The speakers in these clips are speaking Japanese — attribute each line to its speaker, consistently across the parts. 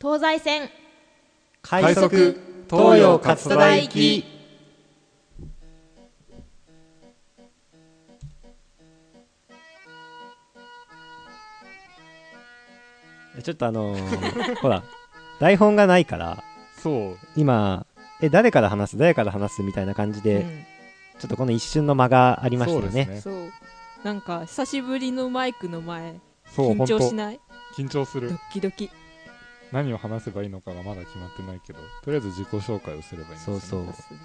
Speaker 1: 東西線
Speaker 2: 快速東洋勝田大行き
Speaker 3: ちょっとあのー ほら台本がないから
Speaker 2: そう
Speaker 3: 今え誰から話す誰から話すみたいな感じで、ちょっとこの一瞬の間がありましたよね
Speaker 2: そう
Speaker 4: う
Speaker 2: です
Speaker 4: ん、
Speaker 2: ね
Speaker 4: そうなんか久しぶりのマイクの前
Speaker 2: そう
Speaker 4: 緊
Speaker 2: 本当
Speaker 4: 張しない
Speaker 2: 緊張す
Speaker 4: ド
Speaker 2: る
Speaker 4: ッキドキ
Speaker 2: 何を話せばいいのかがまだ決まってないけどとりあえず自己紹介をすればいいんですよね
Speaker 3: そう
Speaker 4: ですね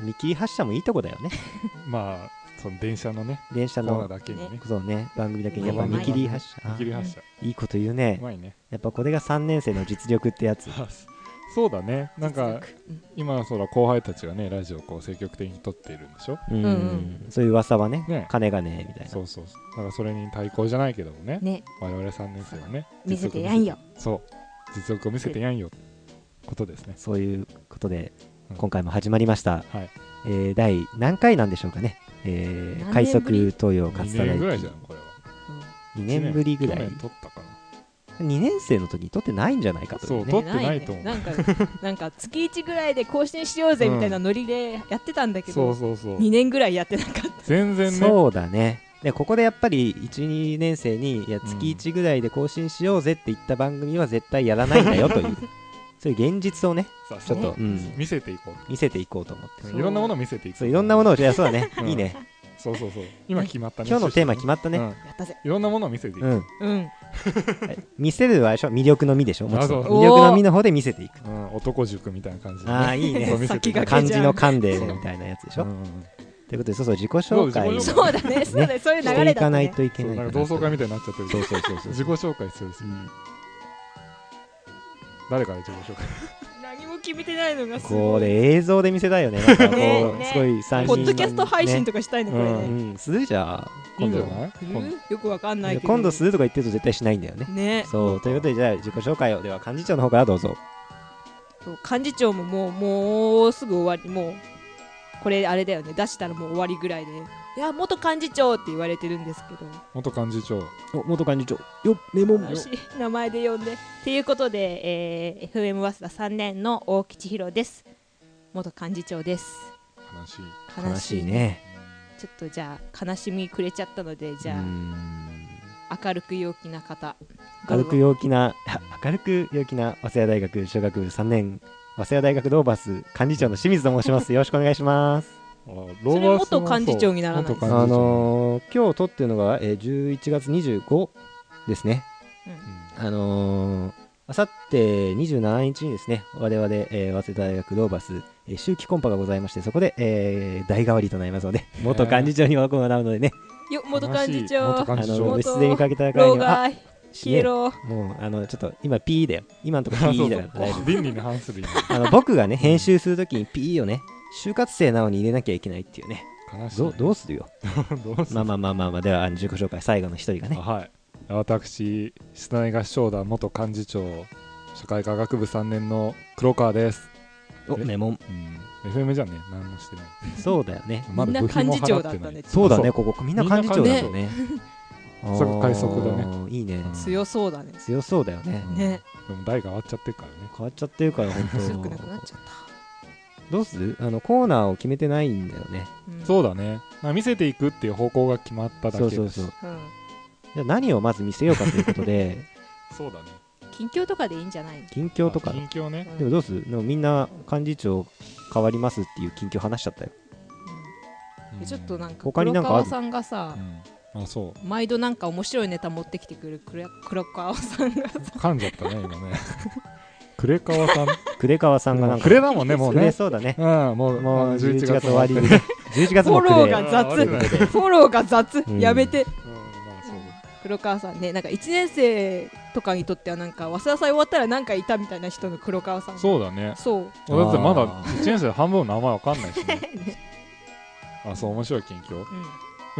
Speaker 3: 見切り発車もいいとこだよね
Speaker 2: まあその電車のね
Speaker 3: 電車
Speaker 2: コーナー
Speaker 3: の
Speaker 2: だけにね
Speaker 4: ね
Speaker 3: そうね番組だけにやっぱ
Speaker 4: うま
Speaker 3: 見
Speaker 4: い
Speaker 3: 切り発車
Speaker 2: 見切り
Speaker 3: あ
Speaker 2: 発車
Speaker 3: いいこと言う
Speaker 2: う
Speaker 3: ね
Speaker 2: まいね
Speaker 3: やっぱこれが3年生の実力ってやつ
Speaker 2: そうだねなんか
Speaker 4: 実力うん
Speaker 2: 今そら後輩たちがねラジオをこう積極的に撮っているんでしょ
Speaker 3: うん、
Speaker 4: うん
Speaker 3: そういう噂はね
Speaker 2: ね
Speaker 3: 金がねみたいな
Speaker 2: そうそうそうだからそれに対抗じゃないけどもね
Speaker 5: ね
Speaker 2: 我々3年生はね
Speaker 5: 見せてやんよ
Speaker 2: そう実力を見せてやんよことですね
Speaker 3: そういうことで
Speaker 2: うん
Speaker 3: 今回も始まりました、
Speaker 2: はい
Speaker 3: えー第何回なんでしょうかね、えー、快
Speaker 4: 何年ぶり
Speaker 3: 速東洋勝
Speaker 2: 2
Speaker 3: 田大
Speaker 2: 年ぐらい
Speaker 3: 2
Speaker 2: じゃんこれは
Speaker 3: 年ぶりぐら
Speaker 2: 去
Speaker 3: い
Speaker 2: 年撮ったかな
Speaker 3: 2年生の時に撮ってないんじゃないかというね
Speaker 2: そう撮ってないと思う
Speaker 4: ねなんかなんか月1ぐらいで更新しようぜみたいなノリでやってたんだけ
Speaker 2: そう
Speaker 4: ど、
Speaker 2: そうそう
Speaker 4: 2年ぐらいやってなかった
Speaker 2: 全然ね
Speaker 3: そうだねでここでやっぱり12年生にいや月1ぐらいで更新しようぜって言った番組は絶対やらないんだ よというそういう現実をね
Speaker 2: さあ
Speaker 3: ちょっと、うん
Speaker 2: 見せていこう
Speaker 3: 見せていこうと思って
Speaker 2: いろんなものを見せていこう
Speaker 3: そういろんなものを
Speaker 2: そ
Speaker 3: いやそう だね、
Speaker 2: うん
Speaker 3: いいね
Speaker 2: うそうそう今決まったね
Speaker 3: 今日のテーマ決まったね、
Speaker 2: うん
Speaker 4: やったぜ
Speaker 2: いろんなものを見せていこ
Speaker 3: う、
Speaker 2: うん
Speaker 4: うん
Speaker 3: 見せるはあれでしょ魅力の実でしょもちろん
Speaker 2: あ
Speaker 3: 魅
Speaker 2: そう
Speaker 3: 力の実の方で見せていく
Speaker 2: うん男塾みたいな感じでね
Speaker 3: ああいいね
Speaker 2: そう見せていこう
Speaker 4: 先駆
Speaker 3: 漢
Speaker 4: け
Speaker 3: 字
Speaker 4: じゃん
Speaker 3: の漢でみたいなやつでしょ、
Speaker 2: うんうんうん
Speaker 3: ということでそうそう自己紹介を
Speaker 2: そう自己紹
Speaker 4: そうだねそうだねそういう
Speaker 3: し
Speaker 4: 流
Speaker 3: て
Speaker 4: れだ
Speaker 3: いか
Speaker 4: った
Speaker 3: ない
Speaker 4: ね
Speaker 3: といけ
Speaker 2: そう
Speaker 3: ない
Speaker 2: な
Speaker 3: か
Speaker 2: んか
Speaker 3: なと
Speaker 2: 同窓会みたいになっちゃってるそうそうそうそう自己紹介するす
Speaker 3: う
Speaker 2: る
Speaker 3: ん
Speaker 2: 誰から自己紹介
Speaker 4: 何も決めてないのがす
Speaker 3: こ
Speaker 4: ごい
Speaker 3: れ映像で見せたいよねなんかこう
Speaker 4: ねね
Speaker 3: すごい三人
Speaker 4: ポッドキャスト配信とかしたいね
Speaker 2: う
Speaker 4: こ
Speaker 2: ん
Speaker 4: れ
Speaker 3: う
Speaker 4: ね、
Speaker 3: んするじゃあ
Speaker 2: いいん
Speaker 3: 今
Speaker 2: じ
Speaker 3: 度
Speaker 2: ゃない今度
Speaker 4: うんよくわかんないけど
Speaker 3: 今度するとか言ってると絶対しないんだよね
Speaker 4: ね
Speaker 3: そうということでじゃあ自己紹介をでは幹事長の方からどうぞ
Speaker 4: そう幹事長ももうもうすぐ終わりもうこれあれだよね出したらもう終わりぐらいでいや元幹事長って言われてるんですけど
Speaker 2: 元幹事長
Speaker 3: お元幹事長よメモ
Speaker 4: よし名前で呼んでっていうことで、えー FM 早稲田3年の大吉弘です元幹事長です
Speaker 2: 話
Speaker 3: 悲しいね
Speaker 4: ちょっとじゃあ悲しみくれちゃったのでじゃあ、
Speaker 3: うん
Speaker 4: 明るく陽気な方
Speaker 3: 明るく陽気な明るく陽気な早稲田大学小学部3年早稲田大学ドーバス幹事長の清水と申しますよろしくお願いします
Speaker 2: あ
Speaker 4: それ
Speaker 2: ローバースも
Speaker 4: 元幹事長にならない
Speaker 2: 元幹
Speaker 3: あ
Speaker 2: 事長
Speaker 3: のー、今日撮ってるのが、えー、11月25ですね
Speaker 2: うん
Speaker 3: あのー、あさって27日にですね、我々、えー早稲田大学ローバス、えー秋季コンパがございまして、そこで、えー代替わりとなりますので、元幹事長におこなうのでね、
Speaker 4: よ元幹事長
Speaker 2: 悲
Speaker 3: あ
Speaker 2: しい元
Speaker 3: の、部
Speaker 2: 幹事
Speaker 3: 室で見かけたから
Speaker 4: 老
Speaker 3: には、あ
Speaker 4: 害消えろ
Speaker 3: もう、あの、ちょっと、今、ピーだよ。今のとこ
Speaker 2: 長
Speaker 3: ろピ
Speaker 2: そう
Speaker 3: ー
Speaker 2: そ
Speaker 3: だから大丈
Speaker 2: う倫理に反する意味
Speaker 3: 夫。あの、僕がね、編集するときにピーをね、就活生なのに入れなきゃいけないっていうね、
Speaker 2: 悲しい
Speaker 3: どうどうするよ。
Speaker 2: どうす
Speaker 3: まあまあまあまあまあ、では、あの自己紹介、最後の一人がね、
Speaker 2: あはい私室内合唱団元幹事長社会科学部3年の黒川です、
Speaker 3: お、
Speaker 2: え
Speaker 3: メモン。
Speaker 2: うん、FM じゃね何もしてない
Speaker 3: そうだよね。
Speaker 2: まだ部費も払って
Speaker 4: みんな幹事長だった
Speaker 2: ない
Speaker 4: ね
Speaker 3: そうだね、ここ、みんな幹事長だもんね。あー
Speaker 2: そこ快速だね。
Speaker 3: いいね。
Speaker 2: うん
Speaker 4: 強そうだね
Speaker 3: 強そうだよね、
Speaker 2: うん
Speaker 4: ね
Speaker 2: でも代が終わっちゃってるからね
Speaker 3: 変わっちゃってるから
Speaker 4: 強
Speaker 3: 本
Speaker 4: くなくなっち
Speaker 3: 当
Speaker 4: ゃった
Speaker 3: どうするあのコーナーを決めてないんだよね
Speaker 4: うん
Speaker 2: そうだね、まあ、見せていくっていう方向が決まっただけ
Speaker 3: そうそうそうじゃあ何をまず見せようかということ で
Speaker 2: そうだね
Speaker 4: 近況とかでいいんじゃないの
Speaker 3: 近況とか
Speaker 2: あ近況ね
Speaker 3: でもどうするでもみんな幹事長変わりますっていう近況話しちゃった よ
Speaker 4: うんちょっとなんか
Speaker 3: 他に
Speaker 4: 黒
Speaker 3: なんかあ
Speaker 4: 川
Speaker 3: る
Speaker 4: さんがさ
Speaker 2: うん、あそう
Speaker 4: 毎度なんか面白いネタ持ってきてくる黒や黒川さんが
Speaker 2: 噛んじゃったね今 ねクレカワさん
Speaker 3: 呉川さんがなんか
Speaker 2: クレだもんねもう
Speaker 3: 呉
Speaker 2: ね
Speaker 3: そうだね
Speaker 2: うんもう
Speaker 3: もう11月終わりで
Speaker 2: うん
Speaker 3: 11月
Speaker 4: フ
Speaker 3: も
Speaker 4: ォ
Speaker 3: 暮
Speaker 4: ローが
Speaker 3: れ
Speaker 2: あ悪
Speaker 4: 雑
Speaker 2: くない
Speaker 4: フォローが雑
Speaker 3: うん
Speaker 4: やめて
Speaker 2: まあそう
Speaker 4: 黒川さんねなんか1年生とかにとってはなんか早稲田祭終わったらなんかいたみたいな人の黒川さん
Speaker 2: そうだね
Speaker 4: そう
Speaker 2: だってまだ
Speaker 3: あー
Speaker 2: 1年生半分の名前わかんないしね あそう面白い近況
Speaker 4: うん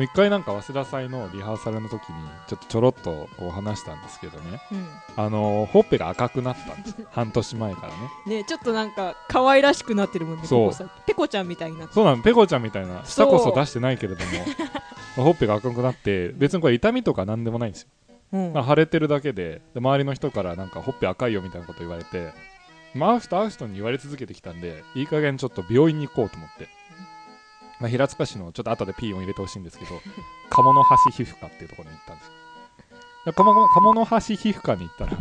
Speaker 2: 一回なんか早稲田祭のリハーサルの時にちょっとちょろっとこう話したんですけどね
Speaker 4: うん
Speaker 2: あのーほっぺが赤くなったん です半年前からね
Speaker 4: ねちょっとなんか可愛らしくなってるもんね
Speaker 2: そう
Speaker 4: ここさペコちゃんみたいになって
Speaker 2: そうなのペコちゃんみたいな舌こそ
Speaker 4: そう
Speaker 2: 出してないけれどもほっぺが赤くなって別にこれ痛みとかなんでもないんですよ
Speaker 4: うん
Speaker 2: まあ、腫れてるだけでで周りの人からなんかほっぺ赤いよみたいなこと言われて、まあ、会う人会う人に言われ続けてきたんでいい加減ちょっと病院に行こうと思って、まあ、平塚市のちょっと後で P を入れてほしいんですけ ど鴨の橋皮膚科っていうところに行ったんですよで鴨の鴨の橋皮膚科に行ったら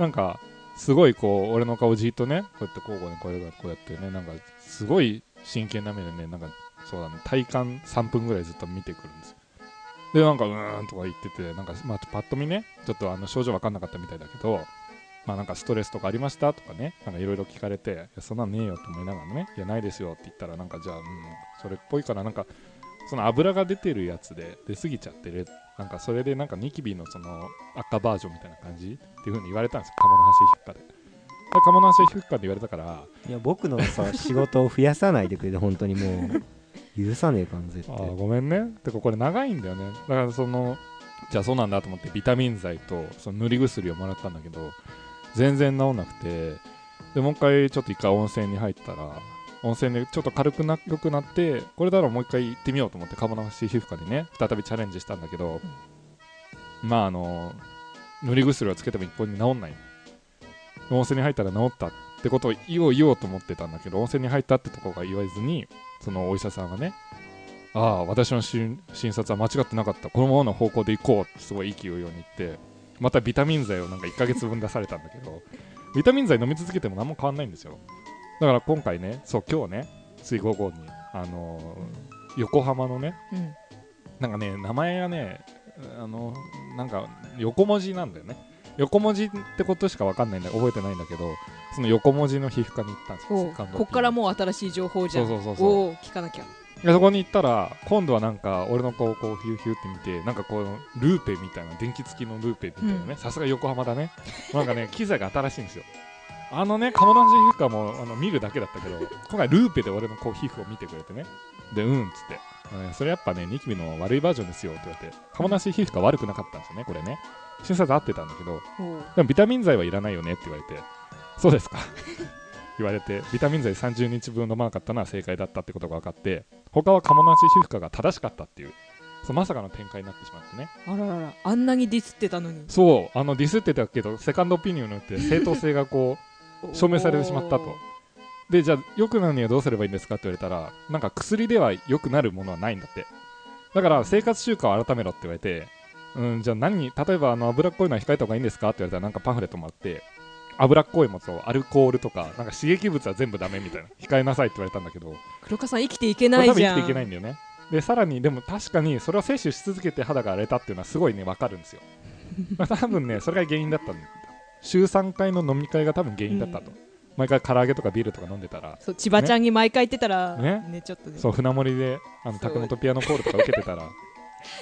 Speaker 2: なんかすごいこう俺の顔じっとねこうやって交互にこうやってこうやってねなんかすごい真剣な目でねなんかそうだね体感3分ぐらいずっと見てくるんですよでなんかうーんとか言っててなんか、まあ、パッと見ねちょっとあの症状わかんなかったみたいだけど、まあ、なんかストレスとかありましたとかねなんかいろいろ聞かれていやそんなのねえよと思いながらねいやないですよって言ったらなんかじゃあ、うん、それっぽいからなんかその油が出てるやつで出過ぎちゃってるなんかそれでなんかニキビのその赤バージョンみたいな感じっていう風に言われたんですよ鴨の橋皮膚科で。で鴨の橋皮膚科で言われたから
Speaker 3: いや僕のさ仕事を増やさないでくれて本当にもう許さねえ感じって
Speaker 2: あーごめんねてかこれ長いんだよねだからそのじゃあそうなんだと思ってビタミン剤とその塗り薬をもらったんだけど全然治んなくてでもう一回ちょっと一回温泉に入ったら温泉でちょっと軽くな良くなってこれだろうもう一回行ってみようと思ってカモナシ皮膚科にね再びチャレンジしたんだけど、まああの塗り薬をつけても一向に治んない温泉に入ったら治ったってことを言おう言おうと思ってたんだけど温泉に入ったってとこが言わずにそのお医者さんがねああ私の診診察は間違ってなかったこのままの方向で行こうってすごい勢いように言ってまたビタミン剤をなんか1ヶ月分出されたんだけど ビタミン剤飲み続けても何も変わんないんですよだから今回ねそう今日ねつい午後にあのー横浜のね
Speaker 4: うん
Speaker 2: なんかね名前がねあのなんか横文字なんだよね横文字ってことしか分かんないんだ覚えてないんだけどその横文字の皮膚科に行ったんですよ
Speaker 4: おう
Speaker 2: セカンドオピニオン
Speaker 4: こっからもう新しい情報じゃん
Speaker 2: そうそうそうそう
Speaker 4: おう聞かなきゃ
Speaker 2: でそこに行ったら今度はなんか俺の顔をこうヒューヒューって見てなんかこうルーペみたいな電気付きのルーペみたいなねさすが横浜だねなんかね 機材が新しいんですよあのね鴨の橋皮膚科もあの見るだけだったけど今回ルーペで俺のこう皮膚を見てくれてねでうんっつってあのねそれやっぱねニキビの悪いバージョンですよって言われて鴨の橋皮膚科悪くなかったんですよねこれね診察合ってたんだけど
Speaker 4: おう
Speaker 2: でもビタミン剤はいらないよねって言われて、そうですか 言われて、ビタミン剤30日分飲まなかったのは正解だったってことが分かって、他はカモナシ皮膚科が正しかったっていう、そうまさかの展開になってしまってね。
Speaker 4: あらららあんなにディスってたのに
Speaker 2: そう、あのディスってたけど、セカンドオピニオンによって正当性がこう、証明されてしまったと。で、じゃあ、良くなるにはどうすればいいんですかって言われたら、なんか薬では良くなるものはないんだって。だから、生活習慣を改めろって言われて、うん、じゃあ何に、例えばあの脂っこいのは控えた方がいいんですかって言われたら、なんかパンフレットもらって、脂っこいものとアルコールとか、なんか刺激物は全部ダメみたいな、控えなさいって言われたんだけど、
Speaker 4: 黒川さん生きていけ
Speaker 2: こ
Speaker 4: な
Speaker 2: れ多分
Speaker 4: いじ
Speaker 2: 生
Speaker 4: ゃ
Speaker 2: き
Speaker 4: ん
Speaker 2: ていけないんだよね。で、さらに、でも確かにそれを摂取し続けて肌が荒れたっていうのはすごいね、わかるんです よ。まあ、多分ね、それが原因だったんだ。週3回の飲み会が多分原因だったと。
Speaker 4: うん
Speaker 2: 毎回唐揚げとかビールとか飲んでたら、
Speaker 4: そう千葉ちゃんに毎回言ってたら
Speaker 2: ね
Speaker 4: ねちょっと ね
Speaker 2: そう船盛りであの
Speaker 4: そう
Speaker 2: 竹本ピアノコールとか受けてたら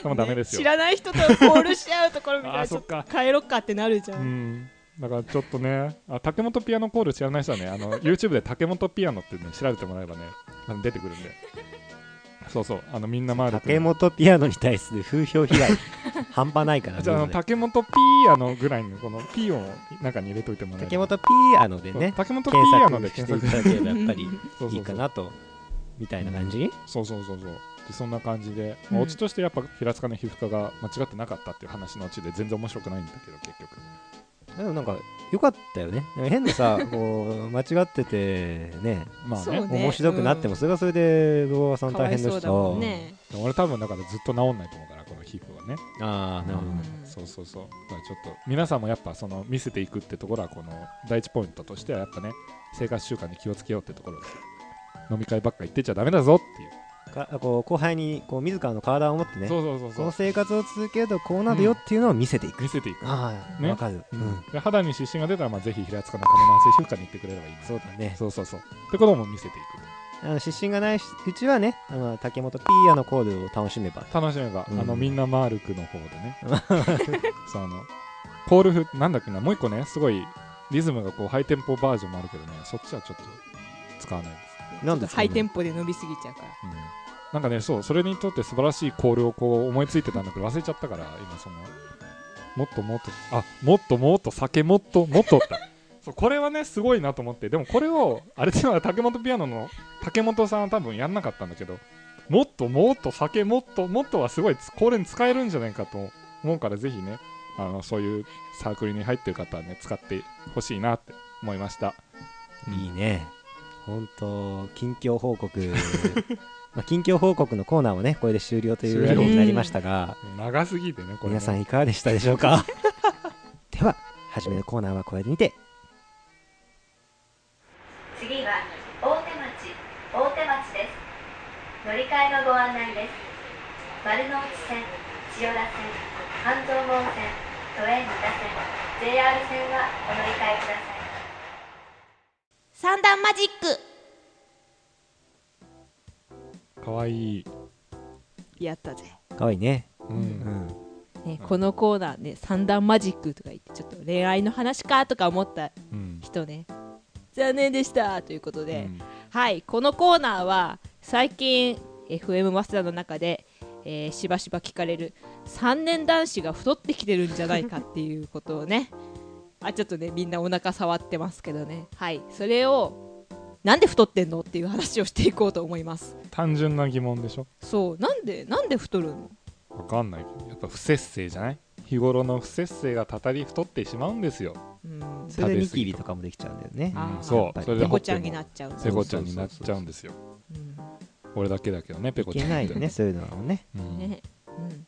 Speaker 2: 多分ダメですよ、
Speaker 4: 知らない人とコールし合うところみたい
Speaker 2: ああ
Speaker 4: な
Speaker 2: そっか
Speaker 4: 帰ろっかってなるじゃ、
Speaker 2: うんんだからちょっとねあ竹本ピアノコール知らない人はねあの YouTube で竹本ピアノってね調べてもらえばねあの出てくるんでそうそうあのみんな周り
Speaker 3: 竹本ピアノに対する風評 被害半端ないから
Speaker 2: じゃああの
Speaker 3: みんなね
Speaker 2: 竹本ピアノぐらいのこのピーを中に入れといてもらえ
Speaker 3: 竹
Speaker 2: ば
Speaker 3: 本ピアノで
Speaker 2: そう
Speaker 3: ね
Speaker 2: 竹本ピアノで
Speaker 3: 検索して
Speaker 2: 検索
Speaker 3: いただければやっぱり
Speaker 2: そうそうそう
Speaker 3: いいかなとみたいな感じ
Speaker 2: そうそうそうそうでそんな感じで、まあ
Speaker 4: うん
Speaker 2: オチとしてやっぱ平塚の皮膚科が間違ってなかったっていう話のオチで全然面白くないんだけど結局
Speaker 3: でもなんか良かったよねなんか変なさこう間違っててね
Speaker 2: まあ
Speaker 4: そ
Speaker 2: ね
Speaker 4: うね
Speaker 3: 面白くなってもそれはそれで小川さん
Speaker 4: かわ
Speaker 3: 大
Speaker 4: い
Speaker 3: 変で
Speaker 4: そう
Speaker 3: し
Speaker 4: だ
Speaker 3: た
Speaker 4: もんね、
Speaker 2: でも俺多分だからずっと治んないと思うからこの皮膚はね
Speaker 3: ああなるほど
Speaker 2: うん
Speaker 3: ね
Speaker 2: そうそうそうだからちょっと皆さんもやっぱその見せていくってところはこの第一ポイントとしてはやっぱね生活習慣に気をつけようってところですよ飲み会ばっか行ってちゃダメだぞっていう、
Speaker 3: かこう後輩にこう自らの体を持ってね
Speaker 2: そうそうそう
Speaker 3: こ
Speaker 2: そ
Speaker 3: の
Speaker 2: う
Speaker 3: 生活を続けるとこうなるよっていうのを見せていく、
Speaker 2: 見せていく、
Speaker 3: ああ、
Speaker 2: ね
Speaker 3: わかる、
Speaker 2: う
Speaker 3: うんん
Speaker 2: で肌に湿疹が出たらまあぜひ平塚の鴨の汗皮膚科に行ってくれればいいです
Speaker 3: そうだね
Speaker 2: そうそうそうってことも見せてい
Speaker 3: あの失神がないうちはねあの竹本ピーヤのコールを楽しめば
Speaker 2: く楽しめば、
Speaker 3: うん
Speaker 2: あのみんなマールクの方でね そうあのコールフなんだっけなもう一個ねすごいリズムがこうハイテンポバージョンもあるけどねそっちはちょっと使わないです
Speaker 3: なん
Speaker 4: ちょ
Speaker 3: で
Speaker 4: っとハイテンポで伸びすぎちゃうから
Speaker 2: うんなんかねそうそれにとって素晴らしいコールをこう思いついてたんだけど忘れちゃったから今そのもっともっとあもっともっと酒もっともっとって そうこれはねすごいなと思ってでもこれをあれでは竹本ピアノの竹本さんは多分やんなかったんだけどもっともっと酒もっともっとはすごいつこれに使えるんじゃないかと思うからぜひねあのそういうサークルに入ってる方はね使ってほしいなって思いましたうん
Speaker 3: いいね。本当近況報告。 まあ、近況報告のコーナーもね、これで終了という
Speaker 2: 終
Speaker 3: こ
Speaker 2: 了
Speaker 3: とになりましたが、
Speaker 2: 長すぎてねこれね
Speaker 3: 皆さんいかがでしたでしょうかでは、初めのコーナーはこれにて、
Speaker 1: 次は大手町大手町です乗り換えのご案内です丸の内線千代田線半蔵門線都営三田線 JR 線はお乗り換えください
Speaker 4: 三段マジック
Speaker 2: かわいい、
Speaker 4: やったぜ、
Speaker 3: かわいいね。
Speaker 2: う、
Speaker 3: うんん。
Speaker 4: ね、このコーナーね三段マジックとか言ってちょっと恋愛の話かとか思った
Speaker 2: うん
Speaker 4: 人ね残念でしたということ
Speaker 2: う
Speaker 4: で、
Speaker 2: ん
Speaker 4: はいこのコーナーは最近 FM 早稲田の中で、えーしばしば聞かれる3年男子が太ってきてるんじゃないかっていうことをね あちょっとねみんなお腹触ってますけどねはいそれをなんで太ってんのっていう話をしていこうと思います
Speaker 2: 単純な疑問でしょ
Speaker 4: そうなんでなんで太るの
Speaker 2: わかんないけどやっぱ不節制じゃない日頃の不節制がたたり太ってしまうんですよ、
Speaker 4: うん
Speaker 3: それでニキビとかもできちゃうんだよね
Speaker 2: う。
Speaker 4: あー
Speaker 2: ん、そうそれで
Speaker 4: ペ
Speaker 2: ほ
Speaker 4: コ
Speaker 2: っ
Speaker 4: ちゃ
Speaker 2: ぺ
Speaker 4: んに
Speaker 2: も
Speaker 4: なっちゃうの
Speaker 2: ペコちゃんになっちゃうんですよ俺だけだけどねペコ
Speaker 3: い
Speaker 2: ちゃ
Speaker 3: け
Speaker 2: ん
Speaker 3: ないよね、そういうのはね。
Speaker 2: う
Speaker 4: うん
Speaker 2: ん
Speaker 4: ねうん
Speaker 2: だか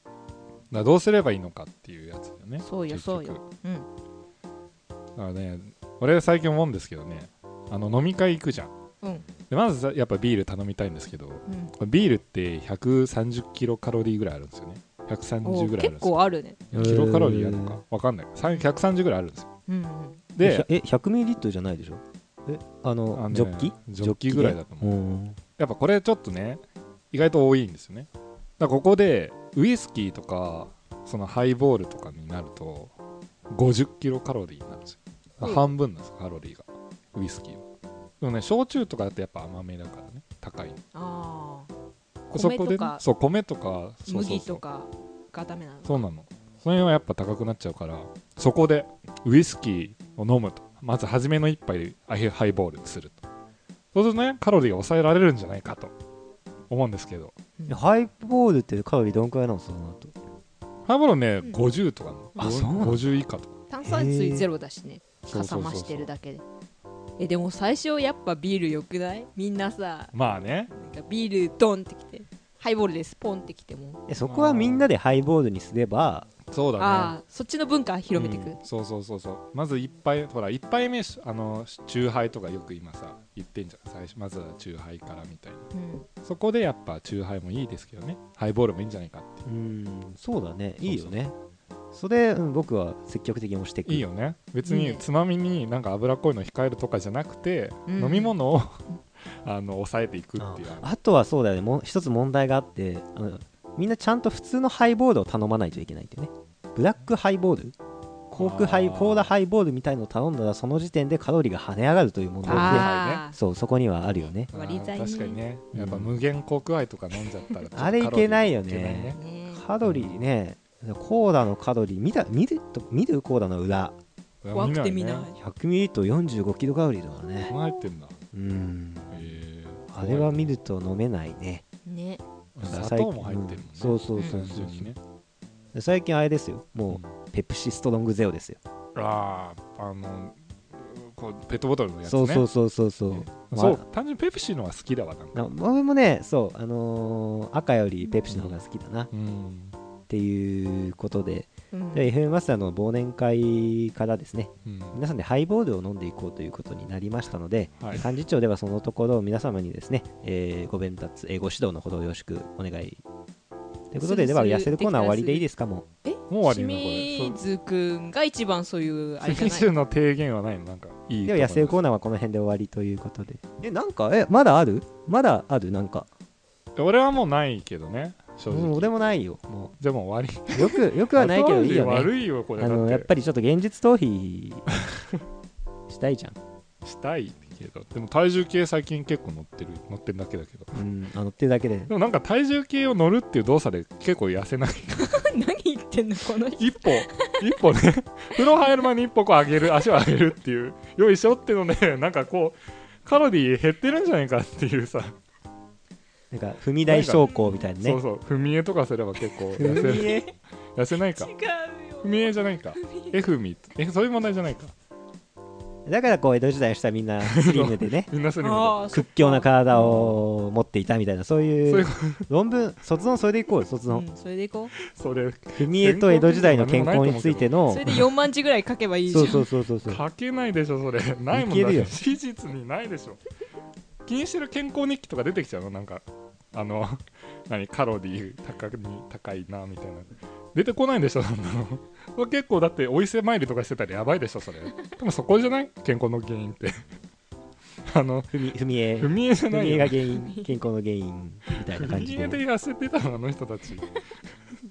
Speaker 2: らどうすればいいのかっていうやつだよね
Speaker 4: そうよ
Speaker 2: 結局
Speaker 4: そうようん
Speaker 2: だからね俺最近思うんですけどねあの飲み会行くじゃん
Speaker 4: うん
Speaker 2: でまずさやっぱビール頼みたいんですけど
Speaker 4: うん
Speaker 2: これビールって130キロカロリーぐらいあるんですよね
Speaker 4: お
Speaker 2: 130
Speaker 4: ー
Speaker 2: ぐらいあるんで
Speaker 4: 結
Speaker 2: すよ
Speaker 4: 構あるね
Speaker 2: キロカロリーあるのかわかんないさん130ぐらいあるんですよ
Speaker 4: うんうん
Speaker 2: で
Speaker 3: え、100ミリリットルじゃないでしょえ、あ
Speaker 2: あ
Speaker 3: の
Speaker 2: の、ね
Speaker 3: ジョッキ
Speaker 2: ジョッキぐらいだと思う
Speaker 3: 思
Speaker 2: やっぱこれちょっとね意外と多いんですよねだからここでウイスキーとかそのハイボールとかになると50キロカロリーになるんですよ、
Speaker 4: うん
Speaker 2: 半分なんですよカロリーがウイスキーはでもね焼酎とかだとやっぱ甘めだからね高い
Speaker 4: ああ
Speaker 2: そこ
Speaker 4: 米と
Speaker 2: でね
Speaker 4: か
Speaker 2: そう米とかそうそう
Speaker 4: 麦
Speaker 2: そ
Speaker 4: と
Speaker 2: う
Speaker 4: かがダメなの
Speaker 2: そうなのそれはやっぱ高くなっちゃうからそこでウイスキーを飲むとまず初めの一杯であハイボールにするとそうするとねカロリーが抑えられるんじゃないかと思うんですけど
Speaker 3: うハイボールってカロリーどんくらいなのその後。
Speaker 2: ハイボールね、
Speaker 4: ん
Speaker 2: 50とかの
Speaker 3: あそうなの
Speaker 2: 50以下とか
Speaker 4: 炭酸水ゼロだしね
Speaker 2: そう
Speaker 4: か
Speaker 2: そ
Speaker 4: さ
Speaker 2: うそう
Speaker 4: 増して
Speaker 2: そ
Speaker 4: る
Speaker 2: う
Speaker 4: だけでえでも最初やっぱビールよくないみんなさ
Speaker 2: まあね
Speaker 4: なんかビールドンってきてハイボールですポンってきても
Speaker 3: えそこはみんなでハイボールにすれば、
Speaker 2: そうだね
Speaker 4: ああそっちの文化広めていく、
Speaker 2: うんそうそうそうそうまず一杯ほら一杯目あの中杯とかよく今さ言ってんじゃん最初まずは中杯からみたいな
Speaker 4: うん
Speaker 2: そこでやっぱ中杯もいいですけどねハイボールもいいんじゃないかって
Speaker 3: うんそうだね
Speaker 2: そうそう
Speaker 3: いいよねそれ、うん僕は積極的に押していく
Speaker 2: いいよね別
Speaker 4: いい
Speaker 2: に
Speaker 4: ね
Speaker 2: つまみになんか脂っこいの控えるとかじゃなくて、
Speaker 4: うん
Speaker 2: 飲み物を あの抑えていくっ
Speaker 3: あ
Speaker 2: ていう
Speaker 3: あとはそうだよねもう一つ問題があってあのみんなちゃんと普通のハイボールを頼まないといけないってねブラックハイボールコークハイ
Speaker 2: あー
Speaker 3: コーラハイボールみたいのを頼んだらその時点でカロリーが跳ね上がるという問題で
Speaker 4: ああ
Speaker 3: そうそこにはあるよね
Speaker 2: あー
Speaker 4: 割り剤に
Speaker 2: 確かにねやっぱ
Speaker 3: うん
Speaker 2: 無限コークアイとか飲んじゃったらちょっと
Speaker 3: あれいけないよね
Speaker 2: カロリーいけないね
Speaker 4: ね
Speaker 3: カロリーねコーラのカロリー見た見ると見るコーラの裏
Speaker 4: 怖くて見ない
Speaker 2: ね
Speaker 3: 100ミリと45キロカロリーだからね
Speaker 2: こう入ってんだ
Speaker 3: うん
Speaker 2: へー
Speaker 3: あれは見ると飲めないね
Speaker 4: ね
Speaker 2: 砂糖も入ってるもんね
Speaker 3: うんそうそうそう
Speaker 2: 単
Speaker 3: そう
Speaker 2: 純にね
Speaker 3: 最近あれですよも
Speaker 2: う
Speaker 3: うペプシストロングゼロですよ、
Speaker 2: あああのこうペットボトルのやつね
Speaker 3: そうそうそうそうそう、まあ
Speaker 2: そう単純にペプシのは好きだわなんか
Speaker 3: な俺もねそうあのー赤よりペプシの方が好きだな、
Speaker 2: うん
Speaker 3: っていうことで
Speaker 4: うん
Speaker 3: で FM マスターの忘年会からですね
Speaker 2: うん
Speaker 3: 皆さんでハイボールを飲んでいこうということになりましたので、
Speaker 2: はい
Speaker 3: 幹事長ではそのところを皆様にですね、えーご弁達、えーご指導のほどよろしくお願いということ
Speaker 4: す
Speaker 3: で
Speaker 4: る
Speaker 3: では痩せるコーナー終わりでいいですかもう
Speaker 4: え
Speaker 2: もう終わりなのこれ
Speaker 4: 清水くんが一番そういうあれじ
Speaker 2: 選
Speaker 4: ゃない
Speaker 2: 手の提言はないのなんかいい
Speaker 3: では痩せるコー
Speaker 2: な
Speaker 3: ナーはこの辺で終わりということでえなんかえまだあるまだあるなんか
Speaker 2: 俺はもうないけどね正
Speaker 3: うん
Speaker 2: 直
Speaker 3: 俺もないよも
Speaker 2: でも終わり
Speaker 3: うよ くよくはないけどいいよね
Speaker 2: 悪いよこれ
Speaker 3: あのやっぱりちょっと現実逃避した いじゃん、
Speaker 2: りしたいけどでも体重計最近結構乗ってる乗ってるだけだけど
Speaker 3: うん、あのっていうだけで
Speaker 2: でもなんか体重計を乗るっていう動作で結構痩せない
Speaker 4: 何言ってんのこの人
Speaker 2: 一歩一歩ね 風呂入る前に一歩こう上げる足を上げるっていうよいしょってのねなんかこうカロリー減ってるんじゃないかっていうさ、
Speaker 3: なんか踏み台昇降みたいなね
Speaker 2: そうそう踏み絵とかすれば結構痩せ
Speaker 3: 踏み絵
Speaker 2: 痩せないか
Speaker 4: 違うよ
Speaker 2: 不明じゃないか F みえそういう問題じゃないか
Speaker 3: だからこう江戸時代の人はみ んなスリムでね
Speaker 2: みんなそれ
Speaker 4: ああそっ
Speaker 3: 屈
Speaker 4: か
Speaker 3: 強な体を持っていたみたいなそう
Speaker 2: そう
Speaker 3: い
Speaker 2: いう
Speaker 3: う
Speaker 2: こ
Speaker 3: 論文卒論それでいこうよ卒
Speaker 4: う
Speaker 3: 論
Speaker 4: ん、それでいこ
Speaker 2: とそれ
Speaker 3: 踏江と江戸時代の健康について
Speaker 4: う
Speaker 3: の
Speaker 4: それで4万字ぐらい書けばいいじゃ
Speaker 3: そ
Speaker 4: ん
Speaker 3: うそうそうそうそう
Speaker 2: 書けないでしょそれないもん
Speaker 3: いけ
Speaker 2: だ
Speaker 3: る
Speaker 2: っ
Speaker 3: よ
Speaker 2: て史実にないでしょ気にしてる健康日記とか出てきちゃうのなんかあの 何カロリー高くに高いなみたいな出てこないでしょそんなの それ結構だってお伊勢参りとかしてたらやばいでしょそれでもそこじゃない健康の原因って あの
Speaker 3: 踏み絵
Speaker 2: 踏み絵じゃな
Speaker 3: 踏
Speaker 2: い
Speaker 3: み絵
Speaker 2: よ
Speaker 3: が原因健康の原因みたいな
Speaker 2: 踏
Speaker 3: 感じ
Speaker 2: み絵
Speaker 3: で
Speaker 2: で痩せてたのあの人た ちそう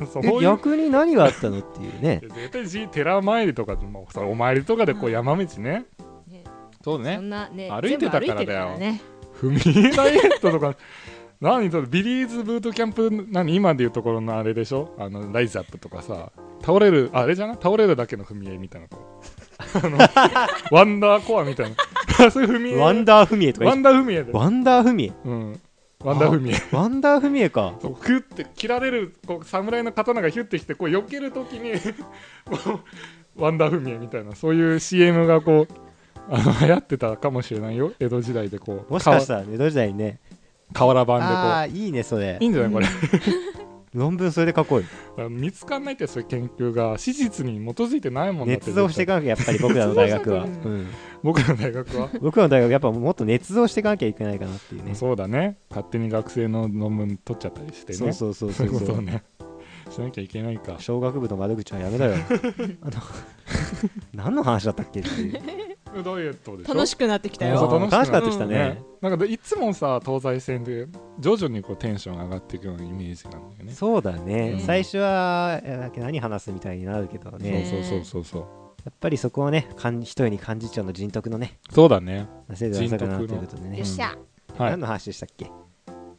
Speaker 3: え
Speaker 2: そういう
Speaker 3: 逆に何があったのっていうね
Speaker 2: 絶対じ寺参りとかもうさお参りとかでこう山道ね、
Speaker 4: ね
Speaker 2: そう
Speaker 4: そんなね
Speaker 2: 歩いてたからだよ
Speaker 4: 全部歩いてる
Speaker 2: 踏
Speaker 4: ね
Speaker 2: み絵ダイエットとか何それビリーズブートキャンプ何今でいうところのあれでしょあのライズアップとかさ倒れるあれじゃない倒れるだけの踏み絵みたいなこうあ のワンダーコアみたいな そういう踏み絵
Speaker 3: ワンダー踏み絵とか言
Speaker 2: ワ
Speaker 3: っ
Speaker 2: ンダー踏み絵で
Speaker 3: ワンダー踏み絵
Speaker 2: うんワンダー踏み絵
Speaker 3: ワンダー踏み絵か
Speaker 2: そうクッて切られるこう侍の刀がヒュッてきてこう避けるときにこうワンダーフミエみたいなそういう CM がこうあの流行ってたかもしれないよ江戸時代でこう
Speaker 3: もしかしたらね江戸時代にね
Speaker 2: かわ瓦
Speaker 3: あ
Speaker 2: 版
Speaker 3: あいいねそ
Speaker 2: でこ
Speaker 3: れ
Speaker 2: ういいんじゃないこれ、
Speaker 3: 論文それで書こうよ
Speaker 2: あの見つかんないってそういう研究が史実に基づいてないもんだって
Speaker 3: 捏造していかなきゃやっぱり僕らの大学は、うん、
Speaker 2: 僕の大学は
Speaker 3: 僕らの大学やっぱもっと捏造していかなきゃいけないかなっていうね
Speaker 2: そうだね勝手に学生の論文取っちゃったりしてね
Speaker 3: そうそう
Speaker 2: そ
Speaker 3: そうそうう
Speaker 2: いうこと
Speaker 3: そ
Speaker 2: を
Speaker 3: う
Speaker 2: ねしなきゃいけないか
Speaker 3: 小学部の窓口はやめ だよあの 何の話だったっけっていう
Speaker 2: ダイエットでしょ
Speaker 4: 楽しくなってきた
Speaker 2: いや
Speaker 4: よ
Speaker 2: そう
Speaker 3: あー楽しくなってきた
Speaker 2: ね
Speaker 3: ね、
Speaker 2: なんかでいつもさ東西線で徐々にこうテンション上がっていくようなイメージなんだよね
Speaker 3: そうだね、
Speaker 4: うん
Speaker 3: 最初はえー何話すみたいになるけどね
Speaker 4: ね
Speaker 2: そうそうそうそうそ
Speaker 3: やっぱりそこはねかん一重に幹事長の人徳のね
Speaker 2: うそうだね
Speaker 3: せいで朝かなと
Speaker 2: 人
Speaker 3: い
Speaker 2: 徳の
Speaker 3: うことでね
Speaker 4: よっしゃ、
Speaker 2: はい、
Speaker 3: 何の話でしたっけ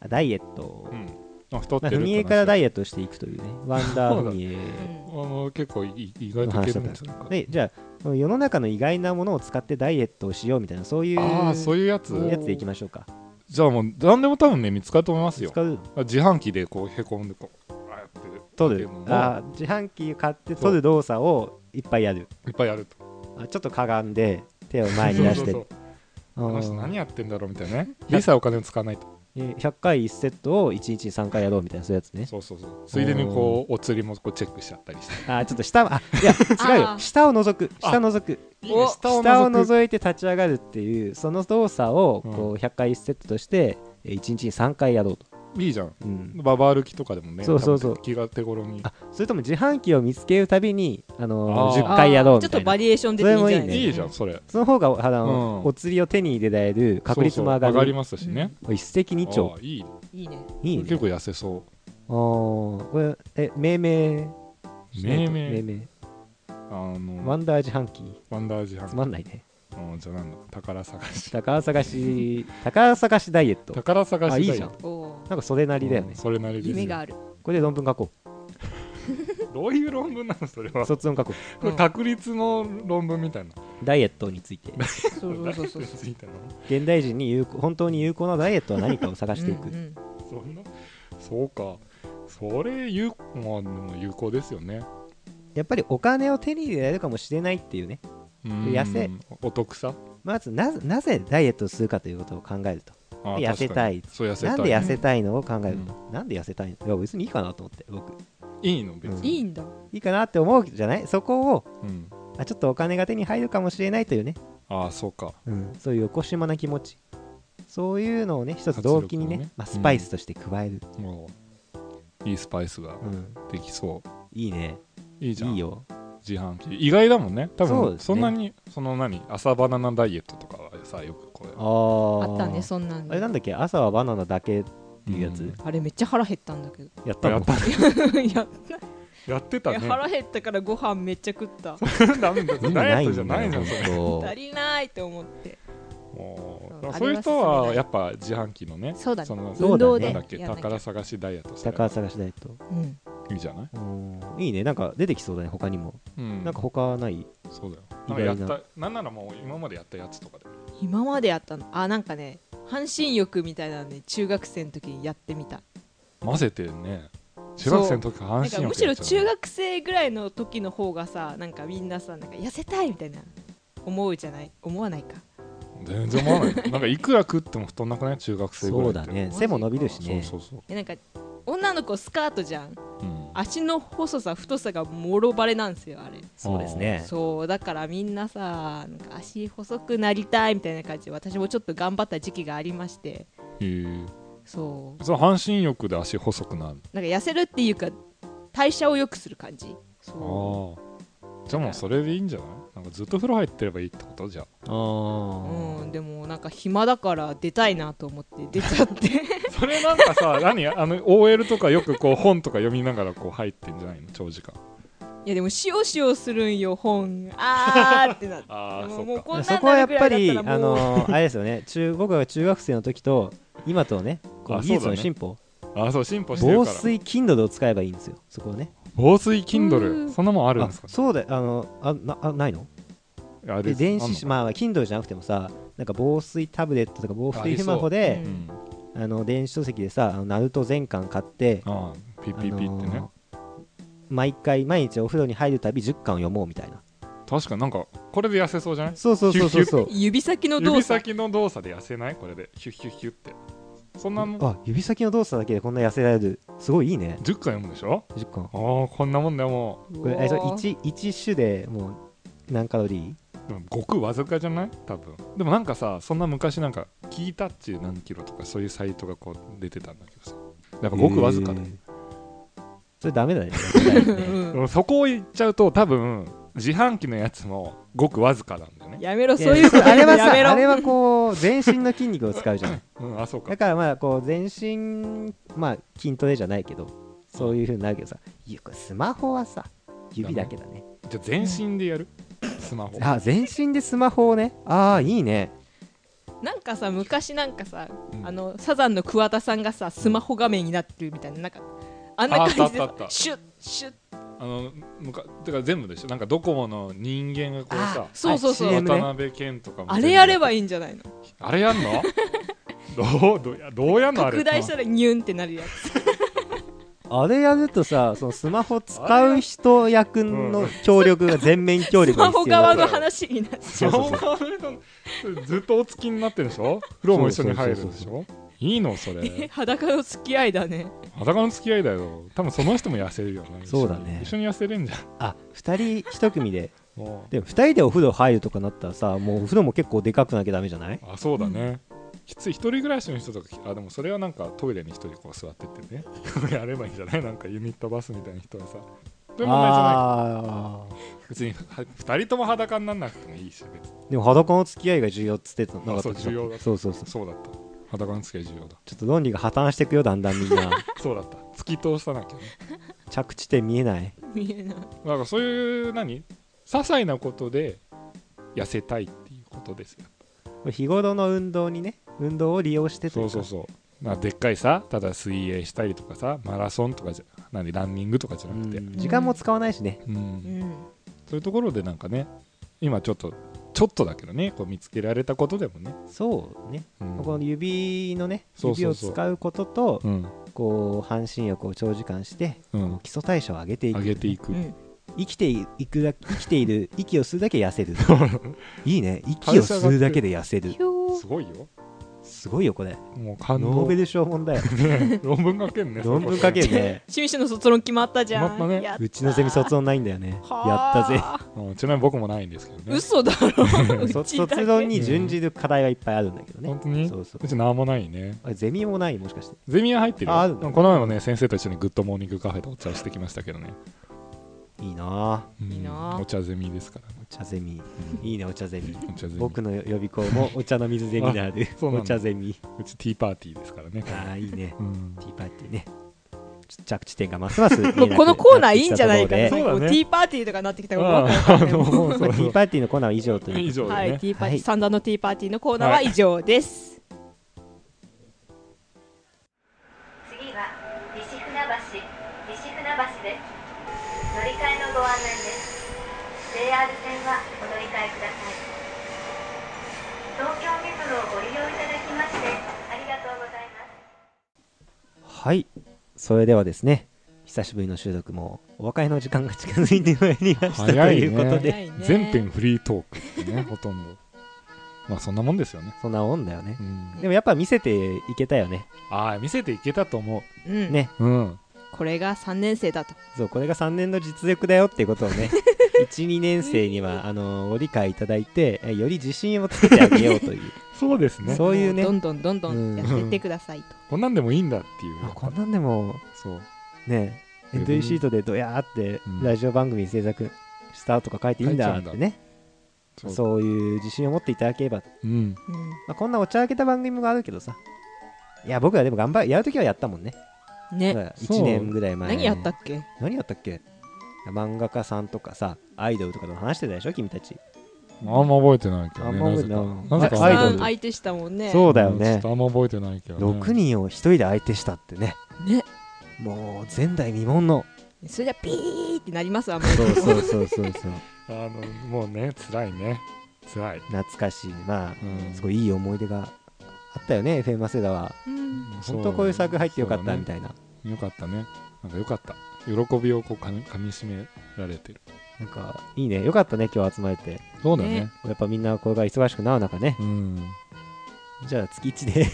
Speaker 3: あダイエット、
Speaker 2: うん、あ太って
Speaker 3: まあ
Speaker 2: る
Speaker 3: 踏み絵からダ
Speaker 2: イ
Speaker 3: イエットしていくというねワンダー踏み絵
Speaker 2: あの結構い意外
Speaker 3: の
Speaker 2: といけ
Speaker 3: 話
Speaker 2: る
Speaker 3: だ
Speaker 2: ん
Speaker 3: っ
Speaker 2: です
Speaker 3: た
Speaker 2: よ
Speaker 3: んでじゃあ世の中の意外なものを使ってダイエットをしようみたいなそういう
Speaker 2: ああそういうやつ
Speaker 4: う
Speaker 3: やつでいきましょうか
Speaker 2: じゃあもう何でも多分ね見つかると思いますよ
Speaker 3: 使う
Speaker 2: 自販機でこうへこんでこうああやって
Speaker 3: 取る
Speaker 2: でも
Speaker 3: あー自販機買って取る動作をいっぱいやる
Speaker 2: いっぱいやると
Speaker 3: あちょっとかがんで手を前に出して
Speaker 2: そうそう
Speaker 3: あ
Speaker 2: そうあの人
Speaker 3: ー
Speaker 2: 何やってんだろうみたいなね一切お金を使わないと
Speaker 3: えー100回1セットを1日に3回やろうみたいなそういうやつね
Speaker 2: そうそうそうついでにこうお釣りもこうチェックしちゃったりして
Speaker 3: あーちょっと下あいや違う
Speaker 4: あ
Speaker 3: よ
Speaker 4: ー
Speaker 3: 下を覗く
Speaker 2: あ
Speaker 3: 下を覗く
Speaker 2: いいね
Speaker 4: お
Speaker 2: 下を
Speaker 3: 下を
Speaker 2: 覗く
Speaker 3: 覗いて立ち上がるっていうその動作をこう100回1セットとして1日に3回やろうと、
Speaker 2: いいじゃん
Speaker 3: うん、
Speaker 2: ババ歩きとかでもね
Speaker 3: そうそうそう
Speaker 2: 多分気が手頃に
Speaker 3: あそれとも自販機を見つけるたびに、あのー
Speaker 2: あー
Speaker 4: あー
Speaker 3: 10回やろうみ
Speaker 4: ちょったと
Speaker 3: い
Speaker 4: バ
Speaker 3: な
Speaker 4: リエーション出ていいんじゃない
Speaker 3: それも
Speaker 2: いいじゃん
Speaker 4: う
Speaker 2: それ
Speaker 3: その方があの、
Speaker 2: うん
Speaker 3: お釣りを手に入れられる確率も上が
Speaker 2: そうそう上がり
Speaker 3: る
Speaker 2: ますしね
Speaker 3: 一石二鳥
Speaker 2: ああいいね
Speaker 4: んいいね
Speaker 3: いいね
Speaker 2: 結構痩せそ
Speaker 3: あーこれえ命名
Speaker 2: う命名
Speaker 3: 命名
Speaker 2: あの
Speaker 3: ワンダー自販機
Speaker 2: ワンダー自販
Speaker 3: つまんないね
Speaker 2: うんじゃあなんだ宝探し
Speaker 3: 宝探し宝探しダイエット
Speaker 2: 宝探し
Speaker 3: あ
Speaker 2: だ
Speaker 3: い
Speaker 2: よ
Speaker 3: いじゃん
Speaker 4: おお
Speaker 3: なんかそれなりだよ
Speaker 2: う
Speaker 3: ね
Speaker 2: ん、それなりです
Speaker 4: 夢が
Speaker 2: よ
Speaker 4: ある
Speaker 3: これで論文書こ
Speaker 2: どういう論文なのそれ
Speaker 3: う
Speaker 2: はこ
Speaker 3: 卒論書こ
Speaker 2: れ確率の論文みたいな
Speaker 3: うダイエットについて
Speaker 4: そうそうそう そ
Speaker 2: 確
Speaker 4: う
Speaker 2: 率みたいな
Speaker 3: 現代人に有効本当に有効なダイエットは何かを探していく、
Speaker 4: うんうん
Speaker 2: そんなそうかそれ有まあでも有効ですよね
Speaker 3: やっぱりお金を手に入れられるかもしれないっていうね
Speaker 2: うん
Speaker 3: 痩せ
Speaker 2: お得さ
Speaker 3: まずななぜダイエットをするかということを考えると
Speaker 2: ああ
Speaker 3: 痩せたい
Speaker 2: 確かにそう痩せた
Speaker 3: ないんで痩せたいのを考えると、なんで痩せたいのいや別にいいかなと思って僕
Speaker 2: いいの別
Speaker 3: うん
Speaker 2: に
Speaker 4: いいんだ
Speaker 3: いいかなって思うじゃないそこを
Speaker 2: うん
Speaker 3: あちょっとお金が手に入るかもしれないというね、
Speaker 2: ああそうか
Speaker 3: うん、そういう横島な気持ちそういうのをね一つ
Speaker 2: 活力を
Speaker 3: 動
Speaker 2: ね
Speaker 3: 機にねまあ、
Speaker 2: うん
Speaker 3: スパイスとして加える、
Speaker 2: もういいスパイスが
Speaker 3: うん
Speaker 2: できそう
Speaker 3: いいね
Speaker 2: いいじゃん
Speaker 3: いいよ
Speaker 2: 自販機意外だもんね多
Speaker 3: そう
Speaker 2: 分
Speaker 3: ですね
Speaker 2: そんなにその何朝バナナダイエットとかはさよくこれ
Speaker 3: あー
Speaker 4: あったねそんなん
Speaker 3: あれなんだっけ朝はバナナだけっていうやつ、
Speaker 2: うん
Speaker 4: あれめっちゃ腹減ったんだけど
Speaker 3: やった
Speaker 2: や
Speaker 3: の
Speaker 2: った
Speaker 4: いや
Speaker 2: やってたね
Speaker 4: いや腹減ったからご飯めっちゃ食った
Speaker 2: ダメだ
Speaker 3: 意味
Speaker 2: ダイエ
Speaker 3: ない
Speaker 2: ッ
Speaker 3: ん
Speaker 2: トじゃ
Speaker 3: だよ
Speaker 2: ないじゃんそれ
Speaker 3: 本
Speaker 4: 足りないと思って
Speaker 2: も
Speaker 4: そう
Speaker 2: うだから
Speaker 4: あれは
Speaker 2: そういう人はやっぱ自販機のね
Speaker 4: そうだね
Speaker 2: その
Speaker 3: そう
Speaker 4: 運動
Speaker 3: だ
Speaker 4: で
Speaker 2: な
Speaker 3: ね
Speaker 2: んだっけ
Speaker 4: やんなきゃ
Speaker 2: 宝探しダイエット
Speaker 3: 当
Speaker 2: する
Speaker 3: 宝探しダイエット
Speaker 4: うん
Speaker 2: いいじゃない
Speaker 3: うんいいねなんか出てきそうだね他にも、
Speaker 2: うん
Speaker 3: なんか他ない
Speaker 2: そうだよ
Speaker 3: 意
Speaker 2: なんかやっ
Speaker 3: 外な
Speaker 2: たなんならもう今までやったやつとかで
Speaker 4: 今までやったのあなんかね半身浴みたいなのね中学生の時にやってみた
Speaker 2: 混ぜてね中学生の時から
Speaker 4: な
Speaker 2: 安
Speaker 4: んか
Speaker 2: 心
Speaker 4: む
Speaker 2: よ
Speaker 4: しろ中学生ぐらいの時の方がさなんかみんなさなんか痩せたいみたいな思うじゃない思わないか
Speaker 2: 全然思わない なんかいくら食っても太んなくない中学生ぐらい
Speaker 3: そう
Speaker 2: って
Speaker 3: だね背も伸びるしね
Speaker 2: そうそうそ
Speaker 4: えなんか女の子スカートじゃ
Speaker 2: う、
Speaker 4: ん
Speaker 2: うん、
Speaker 4: 足の細さ太さがもろバレなんですよあれ
Speaker 3: そうですね
Speaker 4: そうだからみんなさなんか足細くなりたいみたいな感じで私もちょっと頑張った時期がありまして
Speaker 2: へえ
Speaker 4: そう
Speaker 2: その半身浴で足細くなる
Speaker 4: なんか痩せるっていうか代謝を良くする感じ
Speaker 2: あ
Speaker 4: そ
Speaker 2: あじゃあもうそれでいいんじゃないなんかずっと風呂入ってればいいってことじゃあ
Speaker 3: あ
Speaker 4: う、
Speaker 3: ー
Speaker 4: うん、でもなんか暇だから出たいなと思って出ちゃって
Speaker 2: それなんかさ何あの OL とかよくこう本とか読みながらこう入ってんじゃないの長時間
Speaker 4: いやでもしおしおするんよ本あーってなって
Speaker 2: あー
Speaker 4: も
Speaker 2: そっか
Speaker 4: もうこんな
Speaker 3: そ
Speaker 4: ん
Speaker 3: こは
Speaker 4: な
Speaker 3: やっ
Speaker 4: るぐら
Speaker 3: ぱ
Speaker 4: いだ
Speaker 3: り、
Speaker 4: った
Speaker 3: あ
Speaker 4: らもう
Speaker 3: のーあれですよね中僕が中学生の時と今とねこ
Speaker 2: あ
Speaker 3: の
Speaker 2: そうだね
Speaker 3: 技術の進歩、
Speaker 2: あそう進歩してる
Speaker 3: 防
Speaker 2: から
Speaker 3: 水 Kindle を使えばいいんですよそこをね
Speaker 2: 防水 Kindle
Speaker 4: うん
Speaker 2: そんなもんあるんですか
Speaker 3: そうだあのあなあないの
Speaker 2: あれで
Speaker 3: で
Speaker 2: す
Speaker 3: 電
Speaker 2: あん
Speaker 3: 子
Speaker 2: の
Speaker 3: しまあ Kindle じゃなくてもさなんか防水タブレットとか防
Speaker 2: ありそ
Speaker 3: 水
Speaker 2: う
Speaker 3: スマホで
Speaker 4: う
Speaker 2: うん
Speaker 3: あの電子書籍でさあのナルト全巻買って、
Speaker 2: ああピッピッピッってね、
Speaker 3: あのー毎回毎日お風呂に入るたび10巻を読もうみた いな
Speaker 2: 確かになんかこれで痩せそうじゃない
Speaker 3: そうそうそうそうそう
Speaker 4: 指先の動
Speaker 2: 指
Speaker 4: 作
Speaker 2: 先の動作で痩せないこれでヒュッヒュッヒュッってそんなもん10
Speaker 3: あ指先の動作だけでこんな痩せられるすごいいいね
Speaker 2: 回読むでしょ
Speaker 3: 10巻
Speaker 2: ああこんなもんだよも
Speaker 4: こ
Speaker 3: これえそれ 1, 1種でもう何カロリ
Speaker 2: うでもごくわずかじゃない多分でもなんかさそんな昔なんか聞いたっちゅう何キロとかそういうサイトがこう出てたんだけどさやっぱ
Speaker 3: ー
Speaker 2: ごくわずかで
Speaker 3: え、ーそれダメだね
Speaker 4: うん
Speaker 2: うんそこを言っちゃうと多分自販機のやつもごくわずかなんだよね
Speaker 4: やめろ
Speaker 3: い
Speaker 4: そ
Speaker 3: や
Speaker 4: ういうこと
Speaker 3: あれは
Speaker 4: やめろ
Speaker 3: さあれはこう全身の筋肉を使うじゃない
Speaker 2: うんあそうか
Speaker 3: だからまあこう全身まあ筋トレじゃないけどそういうふうになるけどさいやこれスマホはさ指だけだね
Speaker 2: じゃあ全身でやるスマホ
Speaker 3: あ全身でスマホをねああいいね
Speaker 4: なんかさ昔なんかさ、
Speaker 2: うん
Speaker 4: あのサザンの桑田さんがさスマホ画面になってるみたいななんかあんな感じで
Speaker 2: ああ
Speaker 4: さ
Speaker 2: ったあったあった
Speaker 4: シュッシュッ
Speaker 2: あのむかてか全部でしょなんかドコモの人間がこうさ
Speaker 4: そうそうそう
Speaker 3: あ
Speaker 4: あ,、
Speaker 3: CM ね
Speaker 2: 渡辺謙とかも
Speaker 4: れやれば
Speaker 2: いい
Speaker 4: いいんじゃないの
Speaker 2: あれやんのどうどうやどうやんのあれ
Speaker 4: 拡大したらニュンってなるやつ
Speaker 3: あれやるとさそのスマホ使う人役の協力が全面協
Speaker 4: ス
Speaker 3: 力
Speaker 4: マ
Speaker 3: が
Speaker 4: ホ
Speaker 3: 必要
Speaker 4: 側
Speaker 3: だ
Speaker 4: の話になっち
Speaker 2: そ
Speaker 4: ゃ
Speaker 2: う
Speaker 4: う
Speaker 2: そうそうずっとお付きになってるでしょ風呂も一緒に入るでし
Speaker 3: そう
Speaker 2: ょいいのそ れ
Speaker 4: 裸の付き合いだね
Speaker 2: 裸の付き合いだよ多分その人も痩せるよね一緒に
Speaker 3: そうだね
Speaker 2: 一緒に痩せれんじゃ
Speaker 3: あ2人1組で
Speaker 2: んも
Speaker 3: でも2人でお風呂入るとかなったらさもうお風呂も結構でかくなきゃダメじゃないう
Speaker 2: あそうだね、きつい一人暮らしの人とかあでもそれはなんかトイレに一人こう座ってってね やればいいんじゃないなんかユニットバスみたいな人はさそういう問題じゃないか
Speaker 3: あ
Speaker 2: 別には二人とも裸にならなくてもいいし別に
Speaker 3: ーでも裸の付き合いが重要っつってたなかった
Speaker 2: あそ
Speaker 3: っけ
Speaker 2: う重要だ
Speaker 3: そうそうそう
Speaker 2: そうだった裸の付き合い重要だ
Speaker 3: ちょっと論理が破綻していくよだんだんみん な
Speaker 2: そうだった突き通さなきゃね
Speaker 3: 着地点見えない
Speaker 4: 見えない
Speaker 2: なんかそういう何些細なことで痩せたいっていうことですよ
Speaker 3: 日頃の運動にね運動を利用してとい
Speaker 2: そう
Speaker 3: う
Speaker 2: そう
Speaker 3: か
Speaker 2: そうなんかでっかいさただ水泳したりとかさマラソンとかじゃ何ランニングとかじゃなくて
Speaker 3: うん時間も使わないしね
Speaker 2: うん、
Speaker 4: うん
Speaker 2: そういうところでなんかね今ちょっとちょっとだけどねこう見つけられたことでもね、
Speaker 3: そうね
Speaker 2: うん
Speaker 3: この指のね
Speaker 2: そう
Speaker 3: 指
Speaker 2: そう
Speaker 3: を
Speaker 2: そう
Speaker 3: 使うことと
Speaker 2: うん
Speaker 3: こう半身浴を長時間して
Speaker 2: うん、
Speaker 3: 基礎代謝を上げてい
Speaker 2: 上
Speaker 3: く
Speaker 2: げていく、
Speaker 4: うん
Speaker 3: 生きていくだ生きている息を吸うだけ痩 せるいいね息
Speaker 2: 代
Speaker 3: を
Speaker 2: 謝上がってる
Speaker 3: 吸うだけで痩せる
Speaker 4: ひょー
Speaker 2: すごいよ
Speaker 3: すごいよこれ
Speaker 2: もう感
Speaker 3: ノー
Speaker 2: 動
Speaker 3: ベル賞問 題
Speaker 2: 論文書けんね
Speaker 3: 論文書けるね
Speaker 4: 清水の卒論決まったじゃん
Speaker 2: 決まったね
Speaker 4: や
Speaker 3: うちのゼミ卒論ないんだよねや
Speaker 4: は
Speaker 3: った
Speaker 4: ー
Speaker 3: ぜ
Speaker 2: うんちなみに僕もないんですけどね
Speaker 4: 嘘だ ろう
Speaker 3: 卒
Speaker 4: ちだけ
Speaker 3: 卒論に準じる課題はいっぱいあるんだけどね
Speaker 2: 本当に
Speaker 3: そうそう
Speaker 2: うちなんもないね
Speaker 3: あゼミもないもしかして
Speaker 2: ゼミは入ってるよ
Speaker 3: ああるんだ
Speaker 2: この前もね先生と一緒にグッドモーニングカフェでお茶してきましたけどね、
Speaker 3: いいな
Speaker 2: うん
Speaker 4: いいなあ
Speaker 2: お茶ゼミですからね
Speaker 3: ぁお茶ゼミいいねお茶ゼミ
Speaker 2: お茶ゼミ
Speaker 3: 僕の予備校もお茶の水ゼミナー
Speaker 2: そう
Speaker 3: ル
Speaker 2: なんだ
Speaker 3: お茶ゼミ
Speaker 2: うちティーパーティーですからね
Speaker 3: ああいいね
Speaker 2: うん
Speaker 3: ティーパーティーねちょ着地点がます ます見えなく
Speaker 4: もうこのコーナーいいんじゃないか
Speaker 3: なっ
Speaker 4: な
Speaker 3: て
Speaker 2: そうだね
Speaker 4: もうティーパーティーとかなってきたらわ
Speaker 2: あ
Speaker 4: かんない
Speaker 2: あのもう
Speaker 3: きたところで
Speaker 2: そう
Speaker 3: まあティーパーティーのコーナーは以上という
Speaker 2: 以上で
Speaker 4: は
Speaker 2: ね、
Speaker 4: い、ティーパーティー、
Speaker 3: はい
Speaker 4: 三段のティーパーティーのコーナーは以上です。
Speaker 1: 次は西船橋西船橋です乗り換えのご案内です JR 線はお乗り換えください東京メトロをご利用いただきましてありがとうございます
Speaker 3: はいそれではですね久しぶりの収録もお別れの時間が近づいてまいりましたと
Speaker 2: 早いね
Speaker 3: いうことで、
Speaker 4: 早いね
Speaker 2: 全編フリートークってね ほとんどまあそんなもんですよね、
Speaker 3: そんなもんだよね
Speaker 2: う。ん、
Speaker 3: でもやっぱ見せていけたよね。
Speaker 2: ああ見せていけたと思
Speaker 4: うん
Speaker 3: ね
Speaker 2: ううん
Speaker 4: これが3年生だと
Speaker 3: そう、これが3年の実力だよっていうことをね、1、2年生には、あのご理解いただいて、えより自信をつけてあげようという、
Speaker 2: そうですね
Speaker 3: そういうね
Speaker 4: もどんどんどんどんやってってくださいと、
Speaker 2: こんなんでもいいんだっていう
Speaker 3: あこんなんでも、
Speaker 2: そう
Speaker 3: ね、エントリーシートでドヤーって
Speaker 2: う、ん
Speaker 3: ラジオ番組制作したとか書いていいんだって
Speaker 2: 書いちゃ
Speaker 3: ね、
Speaker 2: そう
Speaker 3: そういう自信を持っていただければ、
Speaker 2: うん
Speaker 3: まあ、こんなおちゃらけた番組もあるけどさ、いや、僕はでも頑張る、やるときはやったもんね、
Speaker 4: うんね
Speaker 3: 1年ぐらい前
Speaker 4: 何やったっけ
Speaker 3: 何やったっけ漫画家さんとかさ、アイドルとかの話してたでしょ、君たち。
Speaker 2: あんま覚えてないけど
Speaker 3: あん
Speaker 2: ね
Speaker 3: ま覚えてない
Speaker 2: なぜ
Speaker 4: たく
Speaker 2: か
Speaker 3: アイ
Speaker 4: さ
Speaker 3: ド
Speaker 4: ん
Speaker 3: ル
Speaker 4: 相手したもんね
Speaker 3: そうだよね
Speaker 2: ちょっとあんま覚えてないけど、ね、
Speaker 3: 6人を1人で相手したってね
Speaker 4: ね
Speaker 3: もう前代未聞の
Speaker 4: それじゃピーってなり ますわもう
Speaker 3: そうそうそう そうそう
Speaker 2: あのもうね辛いね辛い、
Speaker 3: 懐かしいまあ
Speaker 2: うん、
Speaker 3: すごいいい思い出があったよね FM 早稲田は
Speaker 4: うん
Speaker 3: 本当こういう作入ってよかったみ
Speaker 2: い
Speaker 3: たいな、
Speaker 2: な、よかったねなんかよかった喜びをこうかみかみしめられてる
Speaker 3: なんかいいねよかったね今日集まれて
Speaker 2: そうだね
Speaker 4: ね
Speaker 3: やっぱみんなこれから忙しくなる中ね
Speaker 2: うん
Speaker 3: じゃあ月1で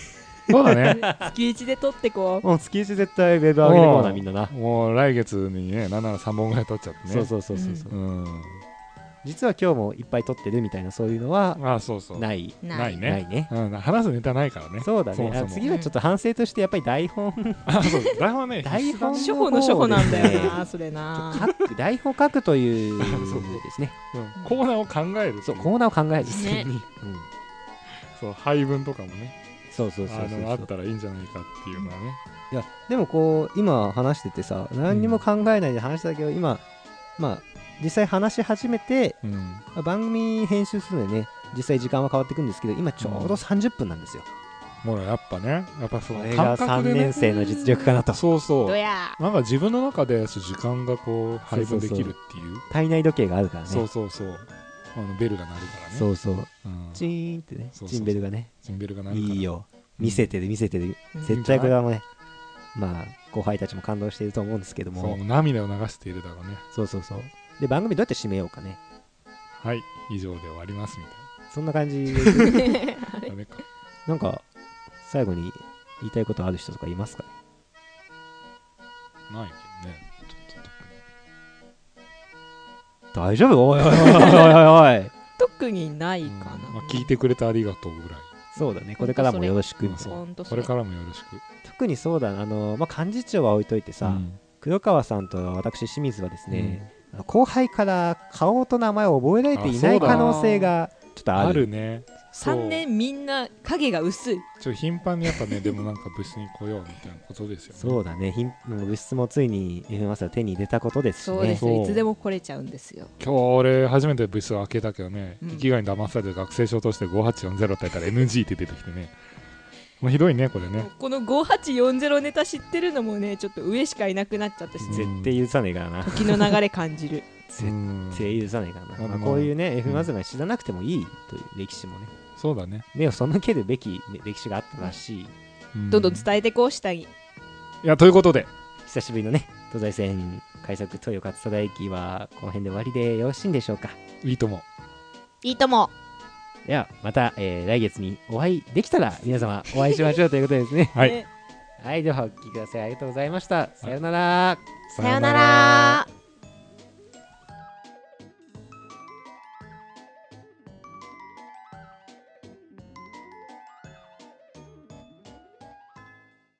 Speaker 2: そうだね
Speaker 4: 月一で撮ってこう
Speaker 3: もう月1絶対ウェブ上げるもんなみんなな、
Speaker 2: もう来月にね73本ぐらい取っちゃってね
Speaker 3: そうそうそうそうそう、
Speaker 2: うん
Speaker 3: 実は今日もいっぱい撮ってるみたいなそういうのは
Speaker 2: あそうそうい
Speaker 3: ない
Speaker 2: ないね
Speaker 3: ないね
Speaker 2: うん、話すネタないからね
Speaker 3: そうだね
Speaker 2: そもそも
Speaker 3: あ次はちょっと反省としてやっぱり台 本
Speaker 2: あ そう台本はね
Speaker 3: 台
Speaker 2: 必須だね
Speaker 3: 本
Speaker 4: 初歩の初歩なんだよ
Speaker 3: そう
Speaker 4: なそれな
Speaker 3: 書く台本書くという
Speaker 2: そうそう
Speaker 3: ですね
Speaker 2: うんコーナーを考える
Speaker 3: そうコーナーを考える
Speaker 4: ね
Speaker 2: に
Speaker 3: うん
Speaker 2: そう配分とかもね
Speaker 3: そうそうそ
Speaker 2: あ
Speaker 3: うそう
Speaker 2: の
Speaker 3: そ
Speaker 2: あ
Speaker 3: う
Speaker 2: ったらいいんじゃないかっていうのはね
Speaker 3: いやでもこう今話しててさ何にも考えないで話したけど、今まあ実際話し始めて
Speaker 2: うん
Speaker 3: まあ番組編集するのでね実際時間は変わっていくんですけど今ちょうど30分なんですよ、
Speaker 2: ほらやっぱねやっぱそ
Speaker 3: こ
Speaker 2: の
Speaker 3: れ
Speaker 2: 感
Speaker 3: が
Speaker 2: 覚
Speaker 3: 3
Speaker 2: でね
Speaker 3: 年生の実力かなと
Speaker 2: そうそ
Speaker 4: ど
Speaker 2: う
Speaker 4: や
Speaker 2: なんか自分の中でそう時間がこう配分できるっていう
Speaker 3: 体内時計があるからね
Speaker 2: そうそうそうあのベルが鳴るからね
Speaker 3: そうそう
Speaker 2: うん
Speaker 3: チーンってね
Speaker 2: そうそうそう
Speaker 3: チンベルがね
Speaker 2: ジンベルが鳴るから
Speaker 3: いいよ見せてる見せてる
Speaker 4: うん
Speaker 3: 絶対これはもうねまあ後輩たちも感動していると思うんですけど
Speaker 2: そ
Speaker 3: も
Speaker 2: う涙を流しているだろうね
Speaker 3: そうそうそうで番組どうやって締めようかね
Speaker 2: はい以上で終わりますみた
Speaker 3: そんな感じで
Speaker 2: いなダメか
Speaker 3: なんか最後に言いたいことある人とかいますか
Speaker 2: ないけどねちょっと特に
Speaker 3: 大丈夫おいおいおいおいおい
Speaker 4: 特にないか
Speaker 2: うんま
Speaker 4: な
Speaker 2: あ聞いてくれてありがとうぐらい
Speaker 3: そうだねこれからもよろしく
Speaker 2: うんそう
Speaker 4: ほんとそ
Speaker 2: こ
Speaker 4: れ
Speaker 2: れからもよろしく
Speaker 3: 特にそうだなあの、まあ、幹事長は置いといてさ、
Speaker 2: うん
Speaker 3: 黒川さんと私清水はですね、あの後輩から顔と名前を覚えられていな
Speaker 2: あそ
Speaker 3: い
Speaker 2: うだ
Speaker 3: 可能性がちょっとある
Speaker 2: あるねそう
Speaker 4: 3年みんな影が薄い
Speaker 2: ちょっと頻繁にやっぱねでもなんか部室に来ようみたいなことですよね
Speaker 3: そうだねひんもう物質もついに FM マスター手に入れたことですし
Speaker 4: そうで
Speaker 3: ね
Speaker 4: す
Speaker 2: そう
Speaker 4: いつでも来れちゃうんですよ
Speaker 2: 今日俺初めて部室を開けたけどね、
Speaker 4: うん
Speaker 2: 生きがいに騙されて学生証として5840ってやったら NG って出てきてねもうひどいねこれね
Speaker 4: この5840ネタ知ってるのもねちょっと上しかいなくなっちゃったし
Speaker 2: うん
Speaker 3: 絶対許さねえからな
Speaker 4: 時の流れ感じる
Speaker 3: 絶
Speaker 2: うん
Speaker 3: 対許さねえからな、
Speaker 2: うん
Speaker 3: まあ、こういうね FM マスターが知らなくてもいいという歴史もね
Speaker 2: そうだね、
Speaker 3: 目を背けるべき歴史があったらしい
Speaker 2: うん
Speaker 4: どんどん伝えてこう下に
Speaker 2: いやということで
Speaker 3: 久しぶりのね東西線快速東洋勝田駅はこの辺で終わりでよろしいんでしょうか
Speaker 2: いいとも
Speaker 4: いいとも
Speaker 3: ではまた、えー来月にお会いできたら皆様お会いしましょうということですね
Speaker 2: はい
Speaker 4: ね
Speaker 3: はいではお聞きくださいありがとうございましたさようなら
Speaker 4: さよなら